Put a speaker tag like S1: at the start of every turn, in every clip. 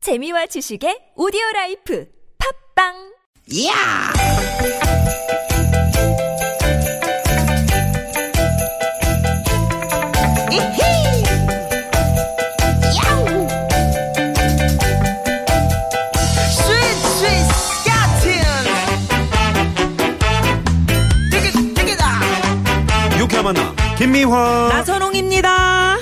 S1: 재미와 지식의 오디오 라이프 팝빵
S2: 이야! 이히! 야우! 스윗, 스윗, 스카틴! 되게, 되게다!
S3: 유쾌한 만남 김미화
S4: 나선홍입니다.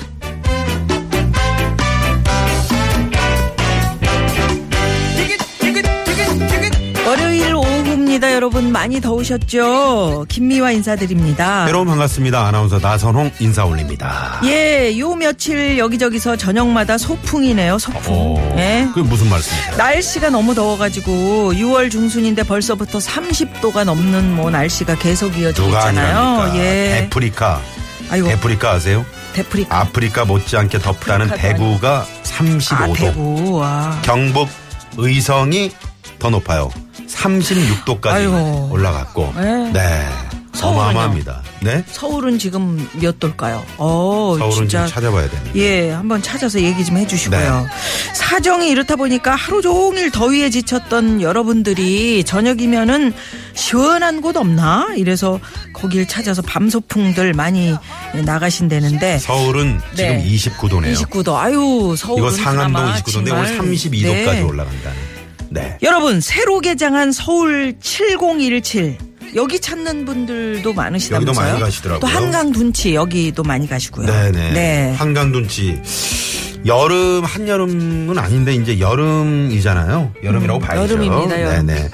S2: 되게, 되게, 되게, 되게!
S4: 월요일 오후입니다. 여러분 많이 더우셨죠? 김미화 인사드립니다.
S3: 여러분 반갑습니다 아나운서 나선홍 인사 올립니다
S4: 예, 요 며칠 여기저기서 저녁마다 소풍이네요. 소풍.
S3: 어,
S4: 예.
S3: 그게 무슨 말씀이세요
S4: 날씨가 너무 더워가지고 6월 중순인데 벌써부터 30도가 넘는 뭐 날씨가 계속 이어지고
S3: 누가
S4: 있잖아요.
S3: 아니랍니까
S4: 예.
S3: 데프리카
S4: 아이고,
S3: 데프리카 아세요
S4: 데프리카.
S3: 아프리카 못지않게 덥다는
S4: 아프리카도
S3: 대구가 35도
S4: 아, 대구. 와.
S3: 경북 의성이 더 높아요 36도까지
S4: 아이고.
S3: 올라갔고
S4: 네.
S3: 네
S4: 서울은요?
S3: 어마어마합니다 네
S4: 서울은 지금 몇 도일까요? 어,
S3: 서울은
S4: 진짜
S3: 좀 찾아봐야 됩니다
S4: 예, 한번 찾아서 얘기 좀 해주시고요.
S3: 네.
S4: 사정이 이렇다 보니까 하루 종일 더위에 지쳤던 여러분들이 저녁이면은 시원한 곳 없나? 이래서 거길 찾아서 밤소풍들 많이 나가신다는데
S3: 서울은
S4: 네.
S3: 지금 29도네요
S4: 29도. 아유, 서울.
S3: 이거 상암도 29도인데 오늘 32도까지 올라간다는 네
S4: 네. 여러분, 새로 개장한 서울 7017. 여기 찾는 분들도 많으시다면서요.
S3: 여기도 많이 가시더라고요.
S4: 또 한강 둔치 여기도 많이 가시고요.
S3: 네네.
S4: 네.
S3: 한강둔치. 여름 한여름은 아닌데 이제 여름이잖아요. 여름이라고
S4: 음,
S3: 봐야죠.
S4: 여름입니다, 여름.
S3: 네네.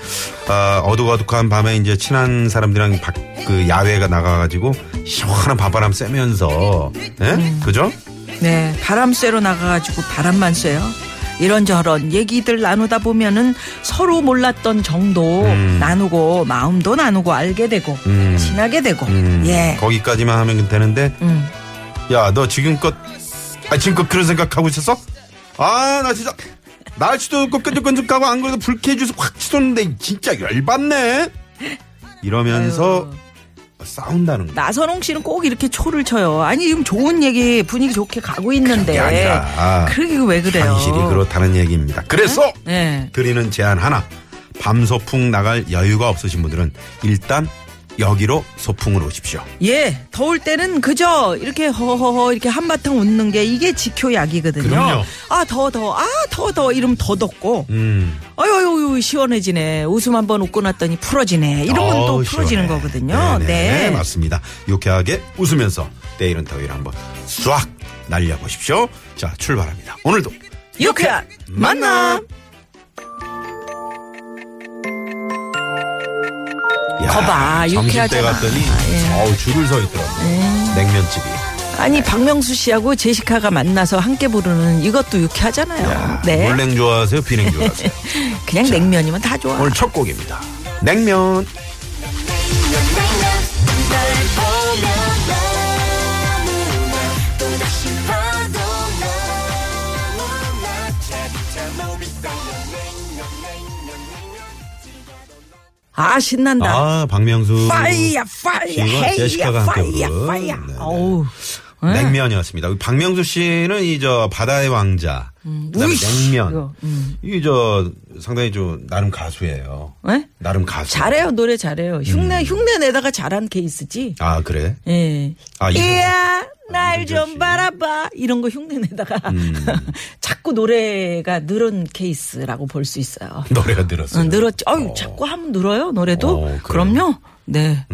S3: 아, 어둑어둑한 밤에 이제 친한 사람들이랑 밖, 그 야외가 나가가지고 시원한 밤바람 쐬면서, 예?
S4: 음.
S3: 그죠?
S4: 네, 바람 쐬러 나가가지고 바람만 쐬요. 이런저런 얘기들 나누다 보면은 서로 몰랐던 정도
S3: 음.
S4: 나누고 마음도 나누고 알게 되고
S3: 음.
S4: 친하게 되고
S3: 음,
S4: 예.
S3: 거기까지만 하면 되는데,
S4: 음.
S3: 야, 너 지금껏, 아, 지금껏 그런 생각하고 있었어? 아, 나 진짜. 날씨도 없고 끈적끈적하고 안 그래도 불쾌해져서 확 치솟는데 진짜 열받네. 이러면서
S4: 아유,
S3: 싸운다는 거.
S4: 나선홍 씨는 꼭 이렇게 초를 쳐요. 아니 지금 좋은 얘기 분위기 좋게 가고 있는데
S3: 그게 아니라 아,
S4: 그러게 왜 그래요?
S3: 현실이 그렇다는 얘기입니다. 그래서
S4: 네.
S3: 드리는 제안 하나. 밤 소풍 나갈 여유가 없으신 분들은 일단 여기로 소풍을 오십시오.
S4: 예, 더울 때는 그저 이렇게 허허허 이렇게 한바탕 웃는 게 이게 지효약이거든요.
S3: 그럼요.
S4: 아, 더워, 더워. 아, 더워, 더워. 이러면 더 덥고.
S3: 음.
S4: 아유, 아유, 아유, 시원해지네. 웃음 한 번 웃고 났더니 풀어지네. 이러면 또
S3: 어우,
S4: 풀어지는
S3: 시원해.
S4: 거거든요.
S3: 네네,
S4: 네.
S3: 맞습니다. 유쾌하게 웃으면서 때이른 더위를 한번 쏴 날려보십시오. 자, 출발합니다. 오늘도
S4: 유쾌한 만남.
S3: 야,
S4: 거봐,
S3: 점심때
S4: 유쾌하잖아. 예. 네.
S3: 갔더니 어우 줄을 서 있더라고요. 냉면집이.
S4: 아니, 박명수 씨하고 제시카가 만나서 함께 부르는 이것도 유쾌하잖아요.
S3: 야,
S4: 네.
S3: 물냉 좋아하세요? 비냉 좋아하세요?
S4: 그냥 냉면이면 다 좋아.
S3: 오늘 첫 곡입니다. 냉면.
S4: 아, 신난다.
S3: 아, 박명수.
S4: 파이야, 파이야,
S3: 이건 제시카가
S4: 헤이야,
S3: 함께
S4: 파이야,
S3: 부른,
S4: 파이야.
S3: 네네.
S4: 어우. 응.
S3: 냉면이었습니다. 박명수 씨는 이 저 바다의 왕자, 그다음에
S4: 우이씨,
S3: 냉면.
S4: 이거, 음.
S3: 이 저 상당히 좀 나름 가수예요.
S4: 예?
S3: 나름 가수.
S4: 잘해요, 노래 잘해요.
S3: 음.
S4: 흉내, 흉내 내다가 잘한 케이스지.
S3: 아 그래?
S4: 예.
S3: 아, 이거.
S4: 이야, 날
S3: 이거 역시.
S4: 좀 바라봐. 이런 거 흉내 내다가
S3: 음.
S4: 자꾸 노래가 늘은 케이스라고 볼 수 있어요.
S3: 노래가 늘었어요.
S4: 어, 늘었죠. 어유
S3: 어.
S4: 자꾸 하면 늘어요, 노래도.
S3: 어, 그래요? 음.
S4: 그럼요. 네.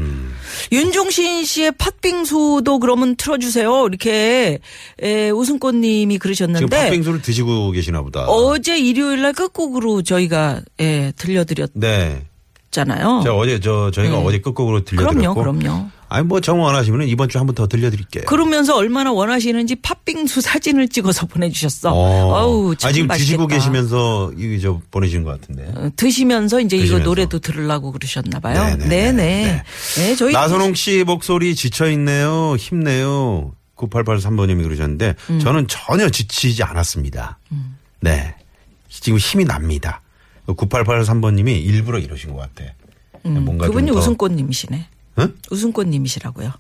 S4: 윤종신 씨의 팥빙수도 그러면 틀어주세요. 이렇게, 에, 우승꽃님이
S3: 지금
S4: 그러셨는데.
S3: 팥빙수를 드시고 계시나 보다.
S4: 어제 일요일 날 끝곡으로 저희가, 예, 들려드렸잖아요.
S3: 네. 제가 어제 저 저희가 어제 끝곡으로 들려드렸고.
S4: 네. 그럼요, 그럼요.
S3: 아니 뭐 정원 원하시면 이번 주에 한 번 더 들려드릴게요.
S4: 그러면서 얼마나 원하시는지 팥빙수 사진을 찍어서 보내주셨어.
S3: 어.
S4: 어우, 참
S3: 아, 지금 드시고
S4: 맛있겠다.
S3: 계시면서 이저 보내신 것 같은데.
S4: 어, 드시면서 이제
S3: 드시면서.
S4: 이거 노래도 들으려고 그러셨나 봐요.
S3: 네네네.
S4: 네네.
S3: 네.
S4: 네 저희 그,
S3: 나선홍 씨 목소리 지쳐 있네요. 힘내요. 9883번님이 그러셨는데
S4: 음.
S3: 저는 전혀 지치지 않았습니다. 네. 지금 힘이 납니다. 9883번님이 일부러 이러신 것 같아. 뭔가
S4: 음, 그분이
S3: 좀 더-
S4: 우승꽃님이시네.
S3: 응?
S4: 우승꽃님이시라고요.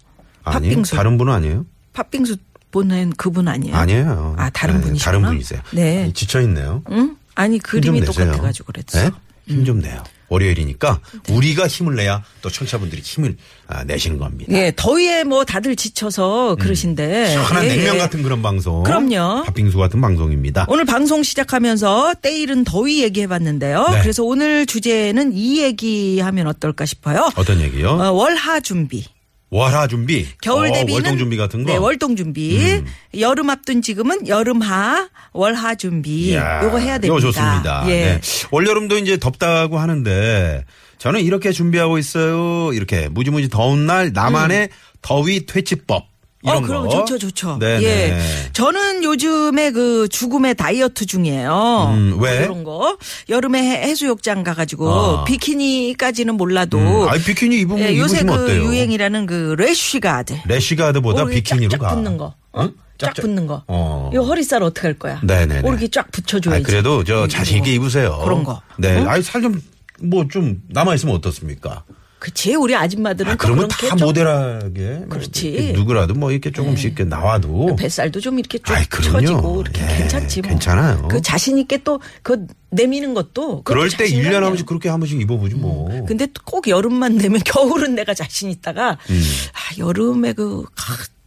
S3: 아니
S4: 팥빙수.
S3: 다른 분은 아니에요?
S4: 팥빙수 보낸 그분 아니에요?
S3: 아니에요.
S4: 아, 다른
S3: 네,
S4: 분이시구나.
S3: 다른 분이세요.
S4: 네.
S3: 지쳐 있네요.
S4: 응? 아, 아니
S3: 힘좀
S4: 그림이
S3: 내세요.
S4: 똑같아가지고 음. 네. 그랬어.
S3: 네? 힘좀 내요. 월요일이니까 우리가 힘을 내야 또 청취자분들이 힘을 아, 내시는 겁니다.
S4: 예, 더위에 뭐 다들 지쳐서 그러신데.
S3: 음. 시원한
S4: 예,
S3: 냉면
S4: 예.
S3: 같은 그런 방송.
S4: 그럼요.
S3: 팥빙수 같은 방송입니다.
S4: 오늘 방송 시작하면서 때일은 더위 얘기해봤는데요.
S3: 네.
S4: 그래서 오늘 주제는 이 얘기하면 어떨까 싶어요.
S3: 어떤 얘기요?
S4: 어, 월하 준비.
S3: 월화 준비.
S4: 겨울
S3: 어,
S4: 대비는
S3: 월동 준비 같은 거. 음.
S4: 네, 월동 준비. 여름 앞둔 지금은 여름하, 월하 준비.
S3: 이야,
S4: 예, 요거 해야 됩니다.
S3: 요거 좋습니다.
S4: 예.
S3: 네. 올여름도 이제 덥다고 하는데 저는 이렇게 준비하고 있어요. 이렇게 무지무지 더운 날 나만의 더위 퇴치법. 이런
S4: 음. 어, 그럼
S3: 거.
S4: 좋죠, 좋죠.
S3: 네네.
S4: 예. 저는 요즘에 그 죽음의 다이어트 중이에요.
S3: 음, 왜?
S4: 그런 거. 여름에 해- 해수욕장 가가지고
S3: 아.
S4: 비키니까지는 몰라도.
S3: 음, 아니, 비키니 입으면
S4: 예, 요새
S3: 입으시면
S4: 그
S3: 어때요?
S4: 유행이라는 그 래쉬가드.
S3: 래쉬가드보다
S4: 오르기
S3: 비키니로
S4: 쫙쫙
S3: 가.
S4: 붙는 거. 어? 쫙 붙는 거.
S3: 어.
S4: 이거 허리살 어떻게 할 거야?
S3: 네네네.
S4: 오르기 쫙 붙여줘야지. 음,
S3: 아니, 그래도 저 자신 있게 입으세요.
S4: 그런 거. 어?
S3: 네. 아니 살 좀 뭐 좀 남아 있으면 어떻습니까?
S4: 그치 우리 아줌마들은
S3: 아,
S4: 또
S3: 그러면
S4: 그렇게
S3: 다
S4: 좀
S3: 모델하게 뭐
S4: 그렇지. 예. 그
S3: 이렇게 누구라도 뭐 이렇게 조금씩 이렇게 나와도
S4: 뱃살도 좀 이렇게 쭉
S3: 아이, 그럼요.
S4: 처지고 이렇게
S3: 예,
S4: 괜찮지 뭐.
S3: 괜찮아요.
S4: 그 자신 있게 또 그 내미는 것도
S3: 그럴 때
S4: 자신감이에요. 음,
S3: 1년에 한 번씩 그렇게 한 번씩 입어보지 뭐.
S4: 근데 꼭 여름만 되면 겨울은 내가 자신 있다가
S3: 음.
S4: 아, 여름에 그 아,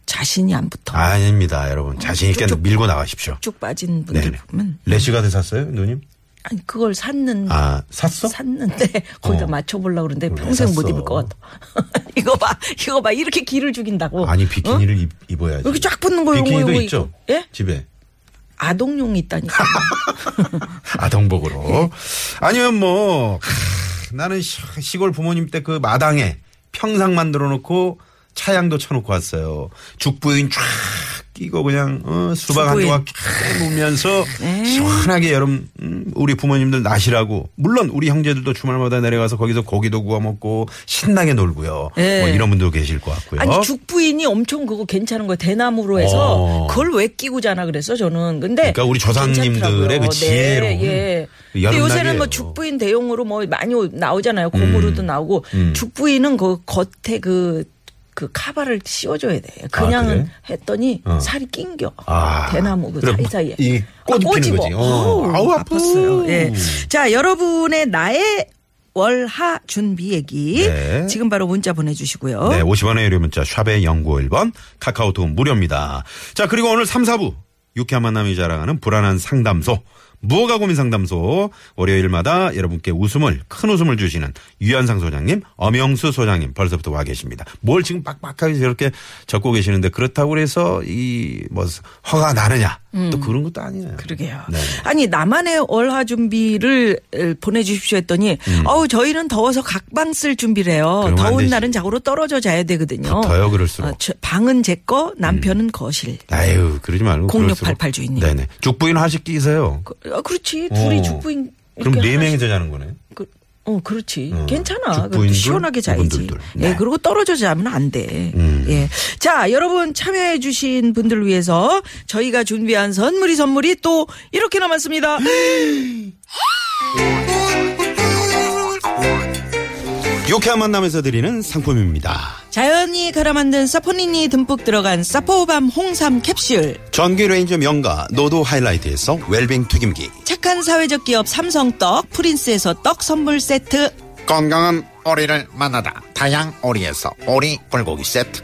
S4: 자신이 안 붙어.
S3: 아닙니다, 여러분. 자신 있게
S4: 쭉쭉.
S3: 밀고 나가십시오.
S4: 쭉 빠진 분들
S3: 네네.
S4: 보면
S3: 래시가드 샀어요, 누님?
S4: 아니 그걸 샀는데
S3: 아, 샀어?
S4: 샀는데 거기다
S3: 어.
S4: 맞춰보려고 그러는데
S3: 왜
S4: 평생 못
S3: 샀어?
S4: 입을 것 같아. 이거 봐, 이거 봐, 이렇게 기를 죽인다고.
S3: 아니,
S4: 어?
S3: 비키니를 입, 입어야지.
S4: 여기 쫙 붙는 거, 요거,
S3: 비키니도
S4: 요거,
S3: 있죠?
S4: 이거. 예?
S3: 집에.
S4: 아동용이 있다니까.
S3: 아동복으로. 예. 아니면 뭐, 크, 나는 시- 시골 부모님 때 그 마당에 평상 만들어 놓고 차양도 쳐놓고 왔어요. 죽부인 쫙 끼고 그냥, 어, 수박 한
S4: 죽부인. 네.
S3: 조각 쫙 놓으면서 시원하게 여름, 음, 우리 부모님들 나시라고. 물론 우리 형제들도 주말마다 내려가서 거기서 고기도 구워 먹고 신나게 놀고요.
S4: 예.
S3: 뭐 이런 분도 계실 것 같고요.
S4: 아니 죽부인이 엄청 그거 괜찮은 거예요. 대나무로 해서
S3: 어.
S4: 그걸 왜 끼고 자나 그래서 저는 근데
S3: 그러니까 우리 조상님들의
S4: 괜찮더라고요.
S3: 그 지혜로운
S4: 네, 예.
S3: 그
S4: 근데 요새는
S3: 여름날이에요.
S4: 뭐 죽부인 대용으로 뭐 많이 오- 나오잖아요.
S3: 음.
S4: 고무로도 나오고 죽부인은 그 겉에 그 그 카바를 씌워줘야 돼. 그냥 은
S3: 아, 그래?
S4: 했더니
S3: 어.
S4: 살이 낑겨.
S3: 아.
S4: 대나무 그
S3: 그래,
S4: 사이 사이에. 아, 뭐.
S3: 이 꽃이 피는 거지. 어. 아우, 아파. 음.
S4: 아팠어요. 예. 자 여러분의 나의 월하 준비 얘기
S3: 네.
S4: 지금 바로 문자 보내주시고요.
S3: 네, 50원의 유료 문자 샵의 0951번 카카오톡 무료입니다. 자, 그리고 오늘 3, 4부 유쾌한 만남이 자랑하는 불안한 상담소 무허가 고민 상담소 월요일마다 여러분께 웃음을 큰 웃음을 주시는 유현상 소장님, 엄영수 소장님 벌써부터 와 계십니다. 뭘 지금 빡빡하게 저렇게 적고 계시는데 그렇다고 그래서 이 뭐 허가 나느냐 또 그런 것도 아니에요.
S4: 음. 그러게요.
S3: 네.
S4: 아니 나만의 월화 준비를 에, 보내주십시오 했더니 어우 저희는 더워서 각방 쓸 준비래요.
S3: 음. 그러면 안
S4: 더운
S3: 되지.
S4: 날은 자고로 떨어져 자야 되거든요. 어,
S3: 더요, 그럴수록. 음.
S4: 저- 방은 제 거, 남편은 거실.
S3: 아유 그러지 말고
S4: 0688
S3: 그럴수록-
S4: 주인님.
S3: 네네 죽부인 하식 끼세요.
S4: 그, 어, 그렇지 둘이
S3: 어.
S4: 죽부인
S3: 그럼
S4: 이렇게
S3: 네
S4: 하나씩-
S3: 명이서 자는 거네.
S4: 그, 어 그렇지
S3: 어,
S4: 괜찮아
S3: 죽부인들,
S4: 그래도 시원하게 자야지
S3: 그분들들.
S4: 예
S3: 네.
S4: 그리고 떨어져 자면 안돼
S3: 음.
S4: 예. 자 여러분 참여해주신 분들을 위해서 저희가 준비한 선물이 선물이 또 이렇게 남았습니다
S3: 유쾌한 만남에서 드리는 상품입니다.
S4: 자연이 갈아 만든 사포닌이 듬뿍 들어간 사포밤 홍삼 캡슐
S3: 전기 레인저 명가 노도 하이라이트에서 웰빙 튀김기
S4: 착한 사회적 기업 삼성떡 프린스에서 떡 선물 세트
S5: 건강한 오리를 만나다 다양 오리에서 오리 불고기 세트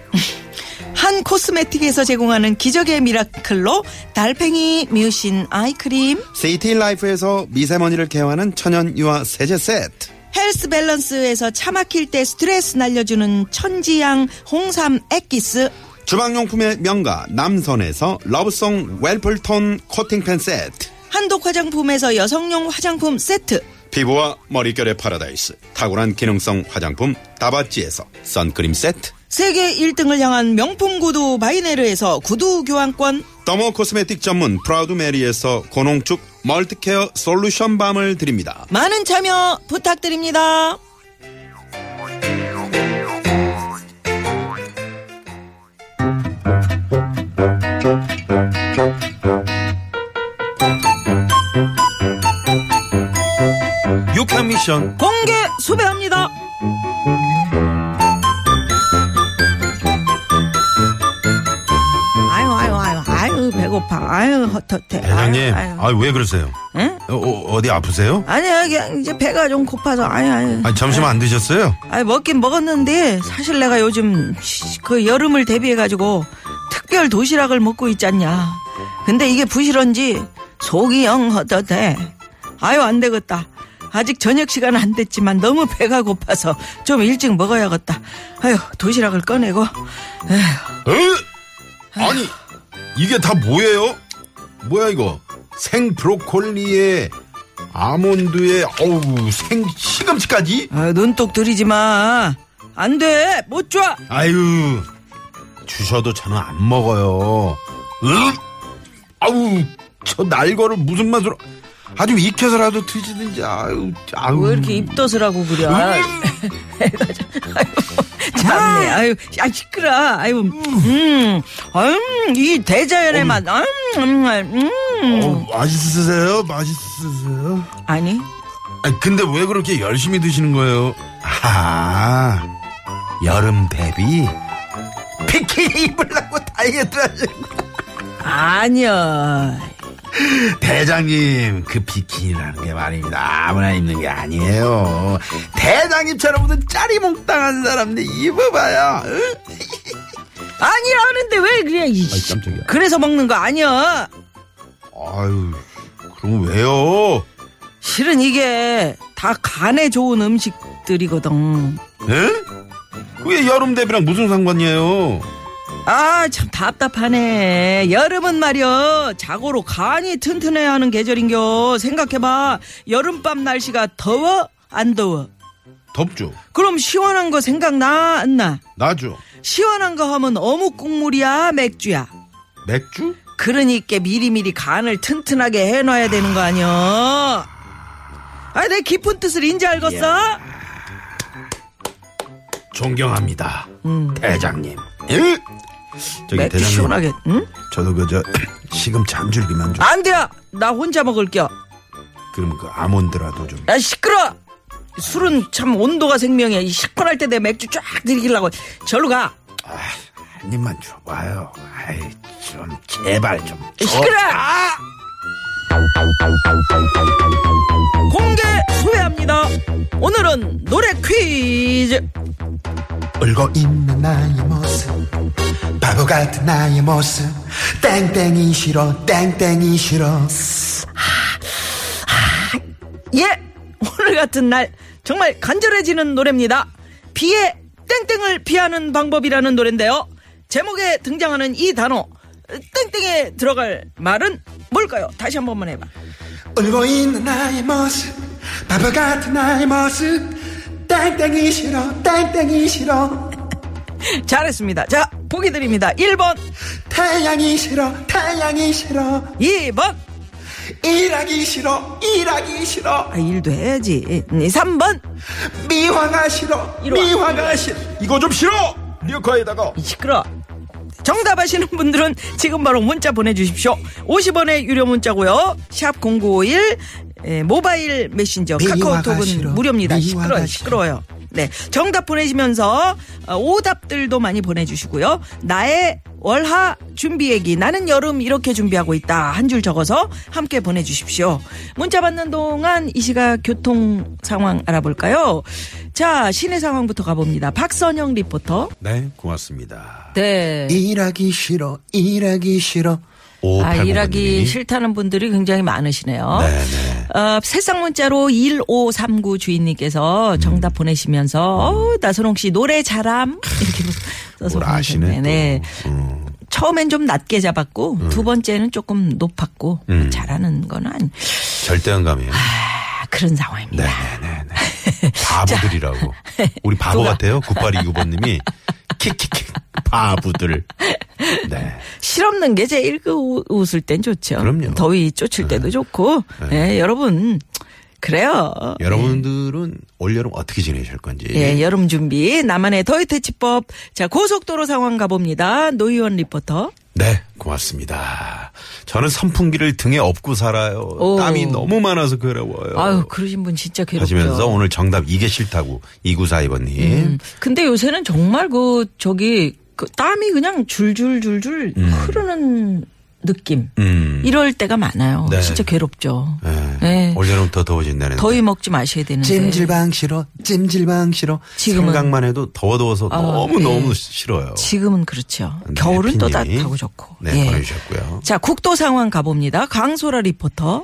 S4: 한 코스메틱에서 제공하는 기적의 미라클로 달팽이 뮤신 아이크림
S3: 세이티 라이프에서 미세먼지를 개화하는 천연 유화 세제 세트
S4: 헬스 밸런스에서 차 막힐 때 스트레스 날려주는 천지향 홍삼 액기스
S3: 주방용품의 명가 남선에서 러브송 웰플톤 코팅팬 세트
S4: 한독 화장품에서 여성용 화장품 세트
S3: 피부와 머릿결의 파라다이스 탁월한 기능성 화장품 다바찌에서 선크림 세트
S4: 세계 1등을 향한 명품 구두 바이네르에서 구두 교환권
S3: 더모 코스메틱 전문 프라우드 메리에서 고농축 멀티케어 솔루션 밤을 드립니다
S4: 많은 참여 부탁드립니다.
S3: 유쾌한 미션
S4: 공개 수배합니다. 아유 아유 아유 아유 배고파. 아유 헛헛해.
S3: 대장님
S4: 아유, 아유.
S3: 아왜 그러세요
S4: 응?
S3: 어, 어, 디 아프세요?
S4: 아니야 그냥 이제 배가 좀 고파서 아니 아니
S3: 아, 점심 안 드셨어요?
S4: 아니 먹긴 먹었는데 사실 내가 요즘 시- 그 여름을 대비해 가지고 특별 도시락을 먹고 있지 않냐 근데 이게 부실한지 속이 영 헛헛해 아유 안 되겠다 아직 저녁 시간 안 됐지만 너무 배가 고파서 좀 일찍 먹어야겠다 아유 도시락을 꺼내고 에휴,
S3: 에? 아니 이게 다 뭐예요? 뭐야 이거 생 브로콜리에 아몬드에 어우 생 시금치까지?
S4: 아유, 눈독 들이지 마안돼못 줘.
S3: 아유 주셔도 저는 안 먹어요. 으 아우 저 날거를 무슨 맛으로 아주 익혀서라도 드시든지 아유 아유
S4: 왜 이렇게 입덧을하고
S3: 음.
S4: 그래? 애가 참- 아이고,
S3: 음.
S4: 참네. 아유, 아 시끄러. 아유, 음, 음, 이 대자연의 맛. 음, 음, 음.
S3: 어, 맛있으세요? 맛있으세요?
S4: 아니,
S3: 아니, 근데 왜 그렇게 열심히 드시는 거예요? 아, 여름 대비? 피키 입으려고 다이어트 하시는
S4: 아니야.
S3: 대장님 그 비키니라는 게 말입니다 아무나 입는 게 아니에요 대장님처럼 무슨 짜리몽땅한 사람들 입어봐요 으?
S4: 아니라 하는데 왜 그래? 이 씨.
S3: 깜짝이야.
S4: 그래서 먹는 거 아니야.
S3: 아유 그럼 왜요
S4: 실은 이게 다 간에 좋은 음식들이거든.
S3: 에? 그게 여름 대비랑 무슨 상관이에요
S4: 아, 참 답답하네. 여름은 말이여 자고로 간이 튼튼해야 하는 계절인겨. 생각해봐. 여름밤 날씨가 더워? 안 더워?
S3: 덥죠
S4: 그럼 시원한 거 생각나? 안 나?
S3: 나죠
S4: 시원한 거 하면 어묵 국물이야? 맥주야?
S3: 맥주
S4: 그러니까 미리미리 간을 튼튼하게 해놔야 되는 거 아니여? 아, 내 깊은 뜻을 인지 알겠어?
S3: 존경합니다 대장님 에? 저기 대장님
S4: 맥주 음. 예? 시원하게, 응?
S3: 저도 그저 시금치 한 줄기만 좀
S4: 안 돼요! 나 혼자 먹을게요.
S3: 그럼 그 아몬드라도 좀
S4: 야 시끄러 술은 참 온도가 생명이야 이 시큰할 때 내 맥주 쫙 들이키려고 절로 가
S3: 아, 한 입만 줘봐요. 아이, 좀, 제발 좀. 줘.
S4: 시끄러 공개 수배합니다 오늘은 노래 퀴즈
S6: 울고 있는 나의 모습 바보 같은 나의 모습 땡땡이 싫어 땡땡이 싫어
S4: 예 오늘 같은 날 정말 간절해지는 노래입니다 비에 땡땡을 피하는 방법이라는 노래인데요 제목에 등장하는 이 단어 땡땡에 들어갈 말은 뭘까요 다시 한 번만 해봐
S6: 울고 있는 나의 모습 바보 같은 나의 모습 땡땡이 싫어 땡땡이 싫어
S4: 잘했습니다. 자, 보기 드립니다. 1번,
S6: 태양이 싫어 태양이 싫어
S4: 2번,
S6: 일하기 싫어 일하기 싫어
S4: 아, 일도 해야지. 3번,
S6: 미화가 싫어
S4: 이리 와.
S6: 미화가 싫어
S3: 이거 좀 싫어! 리어카에다가.
S4: 이 시끄러. 정답 아시는 분들은 지금 바로 문자 보내주십시오. 50원의 유료 문자고요. 샵 0951, 모바일 메신저,
S6: 미화가
S4: 카카오톡은
S6: 싫어.
S4: 무료입니다.
S6: 미화가
S4: 시끄러요,
S6: 싫어.
S4: 시끄러요. 네. 정답 보내시면서 어, 오답들도 많이 보내주시고요. 나의 월하 준비 얘기 나는 여름 이렇게 준비하고 있다 한 줄 적어서 함께 보내주십시오. 문자 받는 동안 이 시각 교통 상황 알아볼까요? 자 시내 상황부터 가봅니다. 박선영 리포터.
S3: 네, 고맙습니다.
S4: 네.
S6: 일하기 싫어 일하기 싫어
S3: 오,
S4: 아, 일하기 싫다는 분들이 굉장히 많으시네요.
S3: 네네.
S4: 어, 새싹 문자로 1539 주인님께서 정답
S3: 음.
S4: 보내시면서 어, 나선홍 씨 노래 잘함 이렇게 써서
S3: 뭘 아시네.
S4: 보내셨네. 네.
S3: 또. 음.
S4: 처음엔 좀 낮게 잡았고 두 번째는 조금 높았고
S3: 음.
S4: 잘하는 건 아니
S3: 절대감이에요.
S4: 아, 그런 상황입니다.
S3: 네네네네. 바보들이라고. 우리 바보
S4: 누가?
S3: 같아요. 9829번님이. 킥킥킥. 바보들. 네.
S4: 실없는 게 제일 그 우- 웃을 땐 좋죠.
S3: 그럼요.
S4: 더위 쫓을 때도 좋고. 네. 여러분 그래요.
S3: 여러분들은 올여름 어떻게 지내실 건지.
S4: 예, 여름 준비 나만의 더위 퇴치법. 자, 고속도로 상황 가봅니다. 노희원 리포터.
S3: 네, 고맙습니다. 저는 선풍기를 등에 업고 살아요.
S4: 오.
S3: 땀이 너무 많아서 괴로워요.
S4: 아유, 그러신 분 진짜 괴롭죠.
S3: 어. 하시면서 오늘 정답 이게 싫다고 2942번님.
S4: 음, 근데 요새는 정말 그 저기 그 땀이 그냥 줄줄줄줄 흐르는 느낌
S3: 음.
S4: 이럴 때가 많아요.
S3: 네.
S4: 진짜 괴롭죠.
S3: 예.
S4: 예.
S3: 올여름 더 더워진다는.
S4: 더위 먹지 마셔야 되는데.
S3: 찜질방 싫어, 찜질방 싫어.
S4: 지금은-
S3: 생각만 해도 더워 더워서
S4: 아,
S3: 너무 너무
S4: 예.
S3: 싫어요.
S4: 지금은 그렇죠.
S3: 네,
S4: 겨울은 또
S3: 피디님.
S4: 따뜻하고 예. 좋고.
S3: 네, 보내주셨고요.
S4: 자, 국도 상황 가봅니다. 강소라 리포터.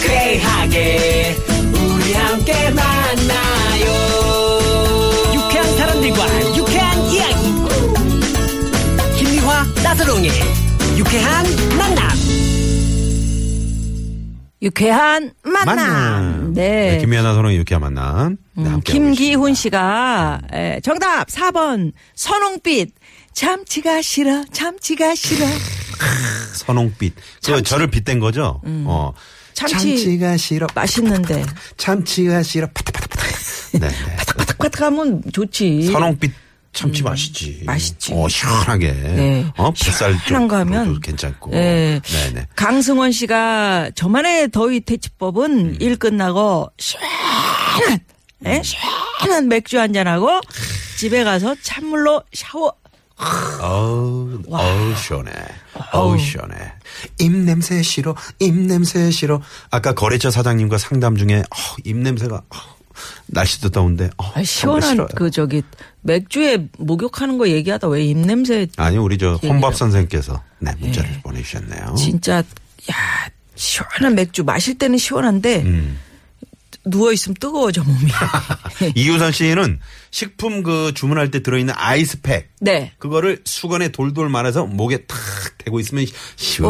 S7: 유쾌하게 우리 함께 만나요 유쾌한 사람들과 유쾌한 이야기 김미화 나서롱의 유쾌한 만남
S4: 유쾌한 만남. 네.
S3: 김미아나 선홍 이렇게 만남. 네,
S4: 음,
S3: 함께하고
S4: 김기훈 씨가 에, 정답 4번 선홍빛 참치가 싫어 참치가 싫어
S3: 있습니다. 선홍빛. 그 저를 빗댄 거죠. 어.
S4: 음. 참치
S3: 참치가 싫어.
S4: 맛있는데
S3: 참치가 싫어. 파닥파닥파닥. 네. 네.
S4: 바삭바삭하면 좋지.
S3: 선홍빛 참치 맛있지.
S4: 음, 맛있지.
S3: 어, 시원하게.
S4: 네.
S3: 어, 뱃살
S4: 시원한 거 하면.
S3: 쪽으로도 괜찮고.
S4: 네.
S3: 네네.
S4: 강승원 씨가 저만의 더위 퇴치법은
S3: 음.
S4: 일 끝나고 시원한 예? 시원한 맥주 한잔 하고 집에 가서 찬물로 샤워.
S3: 어우, 어우, 시원해. 어우, 시원해. 입냄새 싫어. 입냄새 싫어. 아까 거래처 사장님과 상담 중에, 어, 입냄새가, 어, 날씨도 더운데, 어,
S4: 아,
S3: 정말
S4: 시원한
S3: 싫어요.
S4: 그 저기 맥주에 목욕하는 거 얘기하다 왜 입냄새
S3: 아니, 우리 저
S4: 얘기라고. 예.
S3: 혼밥 선생께서, 네, 문자를 보내주셨네요.
S4: 진짜 야 시원한 맥주 마실 때는 시원한데
S3: 음.
S4: 누워 있으면 뜨거워져 몸이. 예.
S3: 이유선 씨는 식품 그 주문할 때 들어있는 아이스팩.
S4: 네.
S3: 그거를 수건에 돌돌 말아서 목에 탁 대고 있으면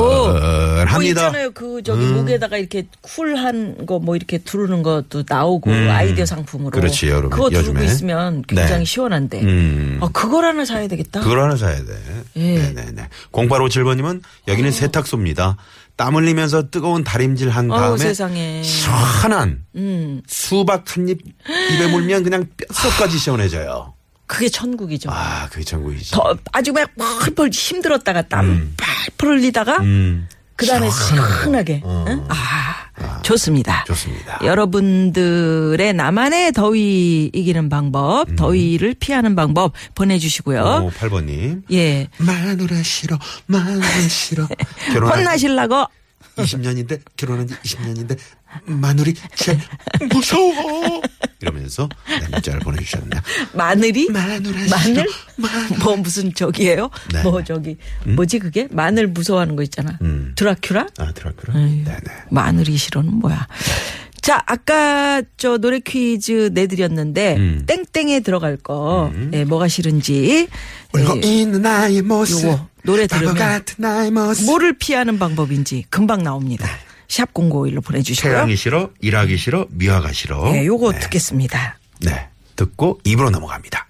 S3: 시원합니다. 음.
S4: 뭐 있잖아요. 그 저기 목에다가 이렇게 쿨한 거 뭐 이렇게 두르는 것도 나오고 아이디어
S3: 음.
S4: 상품으로.
S3: 그렇지, 여름-
S4: 그거 두르고
S3: 요즘에.
S4: 있으면 굉장히
S3: 네.
S4: 시원한데.
S3: 음.
S4: 아, 그걸 하나 사야 되겠다.
S3: 그걸 하나 사야 돼.
S4: 예.
S3: 네네네. 0857번님은 여기는
S4: 아.
S3: 세탁소입니다. 땀 흘리면서 뜨거운 다림질 한
S4: 어우,
S3: 다음에
S4: 세상에. 음.
S3: 시원한 수박 한 입 입에 물면 그냥 뼛속까지 시원해져요.
S4: 그게 천국이죠.
S3: 아, 그게 천국이지.
S4: 더 아주 막 펄펄 힘들었다가 땀 펄펄 흘리다가
S3: 음.
S4: 그다음에 시원하게. 응? 아, 좋습니다.
S3: 어. 좋습니다.
S4: 여러분들의 나만의 더위 이기는 방법,
S3: 음.
S4: 더위를 피하는 방법 보내주시고요.
S3: 08번님.
S4: 예.
S3: 마누라 싫어, 마누라 싫어. 결혼한 지
S4: 혼나실라고
S3: 20년인데, 결혼한 지 20년인데, 마누리 제일 무서워. 이러면서 네, 문자를 보내주셨네요.
S4: 마늘이
S3: 마누라
S4: 마늘?
S3: 싫어, 마늘.
S4: 뭐 무슨 저기예요?
S3: 네.
S4: 뭐 저기 뭐지 그게 마늘 무서워하는 거 있잖아.
S3: 음.
S4: 드라큘라?
S3: 아, 드라큘라? 네네.
S4: 마늘이 싫어는 뭐야? 자 아까 저 노래 퀴즈 내드렸는데
S3: 음.
S4: 땡땡에 들어갈 거 예, 뭐가 싫은지
S6: 울고
S4: 예,
S6: 있는 나의 모습
S4: 요거 노래
S6: 바보
S4: 들으면
S6: 같은 나의 모습
S4: 뭐를 피하는 방법인지 금방 나옵니다. 샵 공고일로 보내주시고요.
S3: 네. 태양이 싫어, 일하기 싫어, 미화가 싫어.
S4: 예, 요거
S3: 네.
S4: 듣겠습니다.
S3: 네. 듣고 입으로 넘어갑니다.